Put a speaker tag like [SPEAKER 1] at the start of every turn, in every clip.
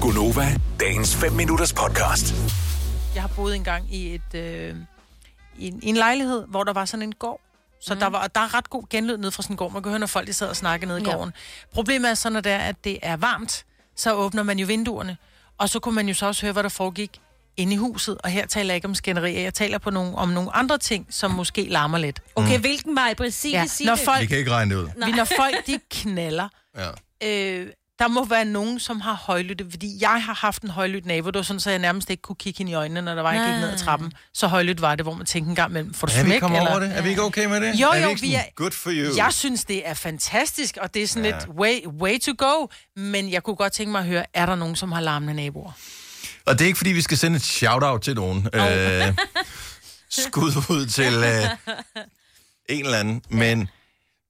[SPEAKER 1] Gunova, dagens 5 minutters podcast.
[SPEAKER 2] jeg har boet engang i et øh, i en, i en lejlighed, hvor der var sådan en gård. Så mm. der, var, og der er ret god genlyd ned fra sådan en gård. Man kan høre, når folk de sidder og snakker nede i
[SPEAKER 3] Ja.
[SPEAKER 2] gården. Problemet er så, når det er, at det er varmt, så åbner man jo vinduerne. Og så kunne man jo så også høre, hvad der foregik inde i huset. Og her taler jeg ikke om skænderier. Jeg taler på nogle, om nogle andre ting, som måske larmer lidt.
[SPEAKER 3] Okay, hvilken vej? Præcis,
[SPEAKER 2] Ja.
[SPEAKER 3] ja. sig
[SPEAKER 2] Når
[SPEAKER 3] det.
[SPEAKER 2] folk,
[SPEAKER 4] Vi kan ikke regne det ud.
[SPEAKER 2] vi, når folk de knaller,
[SPEAKER 4] Ja.
[SPEAKER 2] øh, der må være nogen, som har højlytte, fordi jeg har haft en højlydt nabo, det var sådan, så jeg nærmest ikke kunne kigge hende i øjnene, når der var, jeg gik ned ad trappen. Så højlydt var det, hvor man tænkte en gang imellem, får du
[SPEAKER 4] Er vi
[SPEAKER 2] smæk?
[SPEAKER 4] ikke kommet
[SPEAKER 2] eller?
[SPEAKER 4] over det? Er vi ikke okay med det?
[SPEAKER 2] Jo,
[SPEAKER 4] er
[SPEAKER 2] jo,
[SPEAKER 4] ikke
[SPEAKER 2] vi
[SPEAKER 4] sådan,
[SPEAKER 2] er-
[SPEAKER 4] Good for you.
[SPEAKER 2] Jeg synes, det er fantastisk, og det er sådan ja. lidt way, way to go, men jeg kunne godt tænke mig at høre, er der nogen, som har larmende naboer?
[SPEAKER 4] Og det er ikke, fordi vi skal sende et shout-out til nogen. Øh, skud ud til øh, en eller anden. Men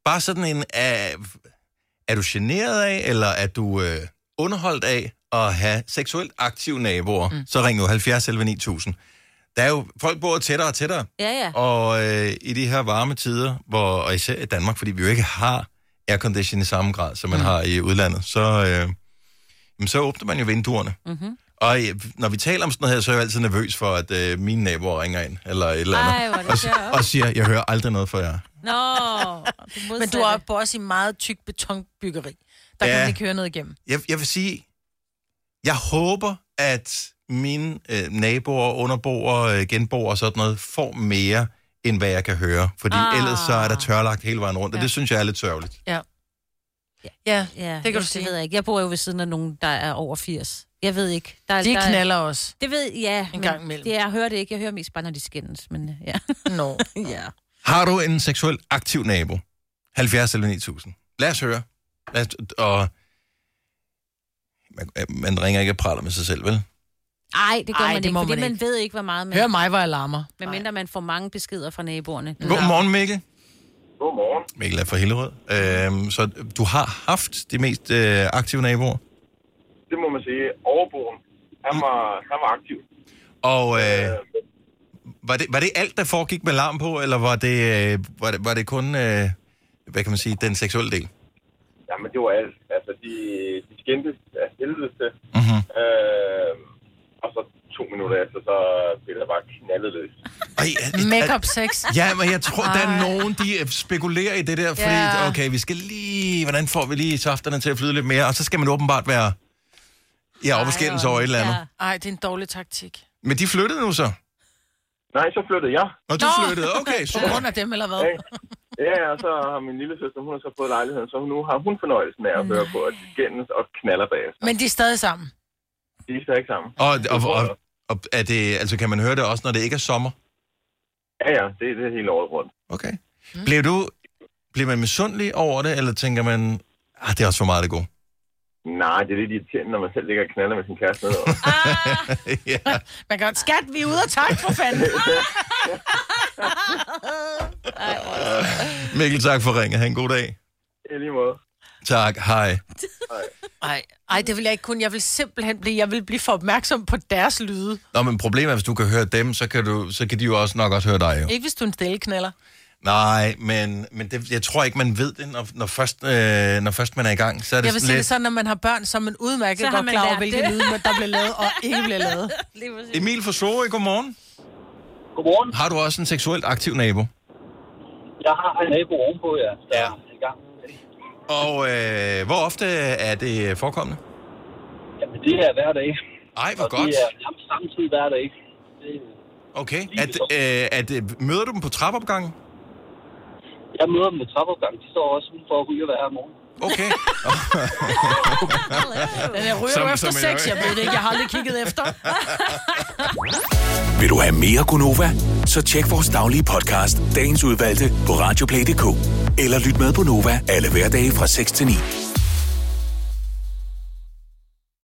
[SPEAKER 4] bare sådan en... Øh, er du generet af, eller er du øh, underholdt af at have seksuelt aktive naboer? Mm. Så ring jo 70 11 9000. Der er jo... Folk bor tættere og tættere.
[SPEAKER 3] Ja, ja.
[SPEAKER 4] Og øh, i de her varme tider, hvor, og især i Danmark, fordi vi jo ikke har aircondition i samme grad, som man mm. har i udlandet, så, øh, jamen, så åbner man jo vinduerne. Mm-hmm. Og øh, når vi taler om sådan noget her, så er jeg jo altid nervøs for, at øh, mine naboer ringer ind, eller et eller andet,
[SPEAKER 3] Ej, hvor er det
[SPEAKER 4] og, s-
[SPEAKER 3] sjovt.
[SPEAKER 4] og siger, jeg hører aldrig noget fra jer.
[SPEAKER 3] Nå, du
[SPEAKER 2] Men du er oppe også i meget tyk betonbyggeri. Der ja.
[SPEAKER 4] Ja.
[SPEAKER 2] kan man ikke høre noget igennem.
[SPEAKER 4] Jeg, jeg vil sige, jeg håber, at mine øh, naboer, underboer, øh, genboer og sådan noget, får mere, end hvad jeg kan høre. Fordi
[SPEAKER 3] Ah.
[SPEAKER 4] ah. ellers så er der tørlagt hele vejen rundt, og
[SPEAKER 3] Ja.
[SPEAKER 4] det synes jeg er lidt sørgeligt.
[SPEAKER 2] Ja,
[SPEAKER 3] Ja,
[SPEAKER 2] det kan
[SPEAKER 3] jeg,
[SPEAKER 2] du sige.
[SPEAKER 3] Det ved jeg ikke. Jeg bor jo ved siden af nogen, der er over 80. Jeg ved ikke. Altså, Der, er-
[SPEAKER 2] De
[SPEAKER 3] der, er-
[SPEAKER 2] knaller også.
[SPEAKER 3] Det ved ja.
[SPEAKER 2] En
[SPEAKER 3] men
[SPEAKER 2] gang imellem.
[SPEAKER 3] Det, jeg hører det ikke. Jeg hører mest bare, når de skændes. Men øh, ja.
[SPEAKER 2] Nå.
[SPEAKER 3] ja.
[SPEAKER 4] Har du en seksuel aktiv nabo? 70 eller 9000. Lad os høre. Lad os, og man, øh, man ringer ikke og praler med sig selv, vel?
[SPEAKER 3] Ej, det gør
[SPEAKER 2] Ej,
[SPEAKER 3] man
[SPEAKER 2] det
[SPEAKER 3] ikke,
[SPEAKER 2] må
[SPEAKER 3] fordi
[SPEAKER 2] man
[SPEAKER 3] man
[SPEAKER 2] ikke.
[SPEAKER 3] ved ikke, hvor meget man...
[SPEAKER 2] Hør mig, hvor jeg larmer.
[SPEAKER 3] Medmindre man får mange beskeder fra naboerne. Du,
[SPEAKER 4] Godmorgen, Mikkel.
[SPEAKER 5] Godmorgen.
[SPEAKER 4] Mikkel er fra Hillerød. Øhm, så du har haft de mest øh, aktive naboer.
[SPEAKER 5] Det må man sige. Overboen, han var, han var aktiv.
[SPEAKER 4] Og øh, var, det, var det alt, der foregik med larm på, eller var det, øh, var det, var det kun, øh, hvad kan man sige, den seksuelle del?
[SPEAKER 5] Jamen, det var alt. Altså, de, de skændtes af helvede til.
[SPEAKER 4] Mhm.
[SPEAKER 5] Øh, og så to minutter efter, så blev der bare knaldet løs.
[SPEAKER 4] Ej, er-
[SPEAKER 2] Makeup sex.
[SPEAKER 4] Ja, men jeg tror, der er
[SPEAKER 2] Ej.
[SPEAKER 4] nogen, de øh, spekulerer i det der, fordi,
[SPEAKER 2] Ja.
[SPEAKER 4] ja. okay, vi skal lige, hvordan får vi lige safterne til at flyde lidt mere, og så skal man åbenbart være, ja, oppe og skændes over et eller andet. Ja.
[SPEAKER 2] Ej, det er en dårlig taktik.
[SPEAKER 4] Men de flyttede nu så,
[SPEAKER 5] Nej, så flyttede jeg.
[SPEAKER 4] og du
[SPEAKER 2] Nå.
[SPEAKER 4] flyttede, okay,
[SPEAKER 2] På
[SPEAKER 4] super.
[SPEAKER 2] grund af dem, eller hvad?
[SPEAKER 5] Ja, ja, og så har min lille søster, hun har så fået lejligheden, så nu har hun fornøjelsen af at høre på, at de skændes og knaller bag.
[SPEAKER 2] Men de er stadig sammen.
[SPEAKER 5] De er stadig sammen.
[SPEAKER 4] Og, og, og, og er det, altså, kan man høre det også, når det ikke er sommer?
[SPEAKER 5] Ja, ja, det, det er hele året rundt.
[SPEAKER 4] Okay.
[SPEAKER 2] Mm.
[SPEAKER 4] Bliver du, bliver man misundelig over det, eller tænker man, ah, det er også for meget det gode?
[SPEAKER 5] Nej, det er lidt irriterende, når man selv ligger og knaller med sin kæreste nedover.
[SPEAKER 4] ja.
[SPEAKER 2] Man kan godt, skat, vi er ude og tak for fanden.
[SPEAKER 4] Mikkel, tak for ringet. Ha' en god dag.
[SPEAKER 5] I lige måde.
[SPEAKER 4] Tak, hej.
[SPEAKER 2] Ej, ej, det vil jeg ikke kunne. Jeg vil simpelthen blive, jeg vil blive for opmærksom på deres lyde.
[SPEAKER 4] Nå, men problemet er, hvis du kan høre dem, så kan, du, så kan de jo også nok også høre dig, jo.
[SPEAKER 2] Ikke hvis du er en stille knaller.
[SPEAKER 4] Nej, men, men det, jeg tror ikke, man ved det, når, når, først, øh, når først man er i gang. Så er det
[SPEAKER 2] Jeg vil sige
[SPEAKER 4] sådan
[SPEAKER 2] det sådan, når man har børn, så er man udmærket
[SPEAKER 3] Så har
[SPEAKER 2] godt
[SPEAKER 3] man
[SPEAKER 2] klar over,
[SPEAKER 3] lært
[SPEAKER 2] hvilke
[SPEAKER 3] det.
[SPEAKER 2] lyde, der bliver lavet og ikke bliver lavet.
[SPEAKER 4] lidt... Emil fra Sorø, godmorgen.
[SPEAKER 6] Godmorgen.
[SPEAKER 4] Har du også en seksuelt aktiv nabo?
[SPEAKER 6] Jeg har en nabo ovenpå, ja. Der
[SPEAKER 4] Ja.
[SPEAKER 6] ja. Er i gang.
[SPEAKER 4] Og øh, hvor ofte er det forekommende?
[SPEAKER 6] Jamen, det er hver dag.
[SPEAKER 4] Ej, hvor
[SPEAKER 6] og
[SPEAKER 4] godt.
[SPEAKER 6] det er nærmest samtidig hver dag. Det,
[SPEAKER 4] Okay. At, øh, at, øh, møder du dem på trappeopgangen?
[SPEAKER 6] jeg møder dem ved trappeopgang. De står også udenfor og ryger hver morgen.
[SPEAKER 4] Okay.
[SPEAKER 2] Men jeg ryger
[SPEAKER 4] Som-
[SPEAKER 2] jo efter
[SPEAKER 4] som en
[SPEAKER 2] sex,
[SPEAKER 4] øje.
[SPEAKER 2] jeg ved det ikke. Jeg har aldrig kigget efter.
[SPEAKER 1] Vil du have mere Gunova? Så tjek vores daglige podcast, dagens udvalgte, på radioplay.dk. Eller lyt med på Nova alle hverdage fra 6 til 9.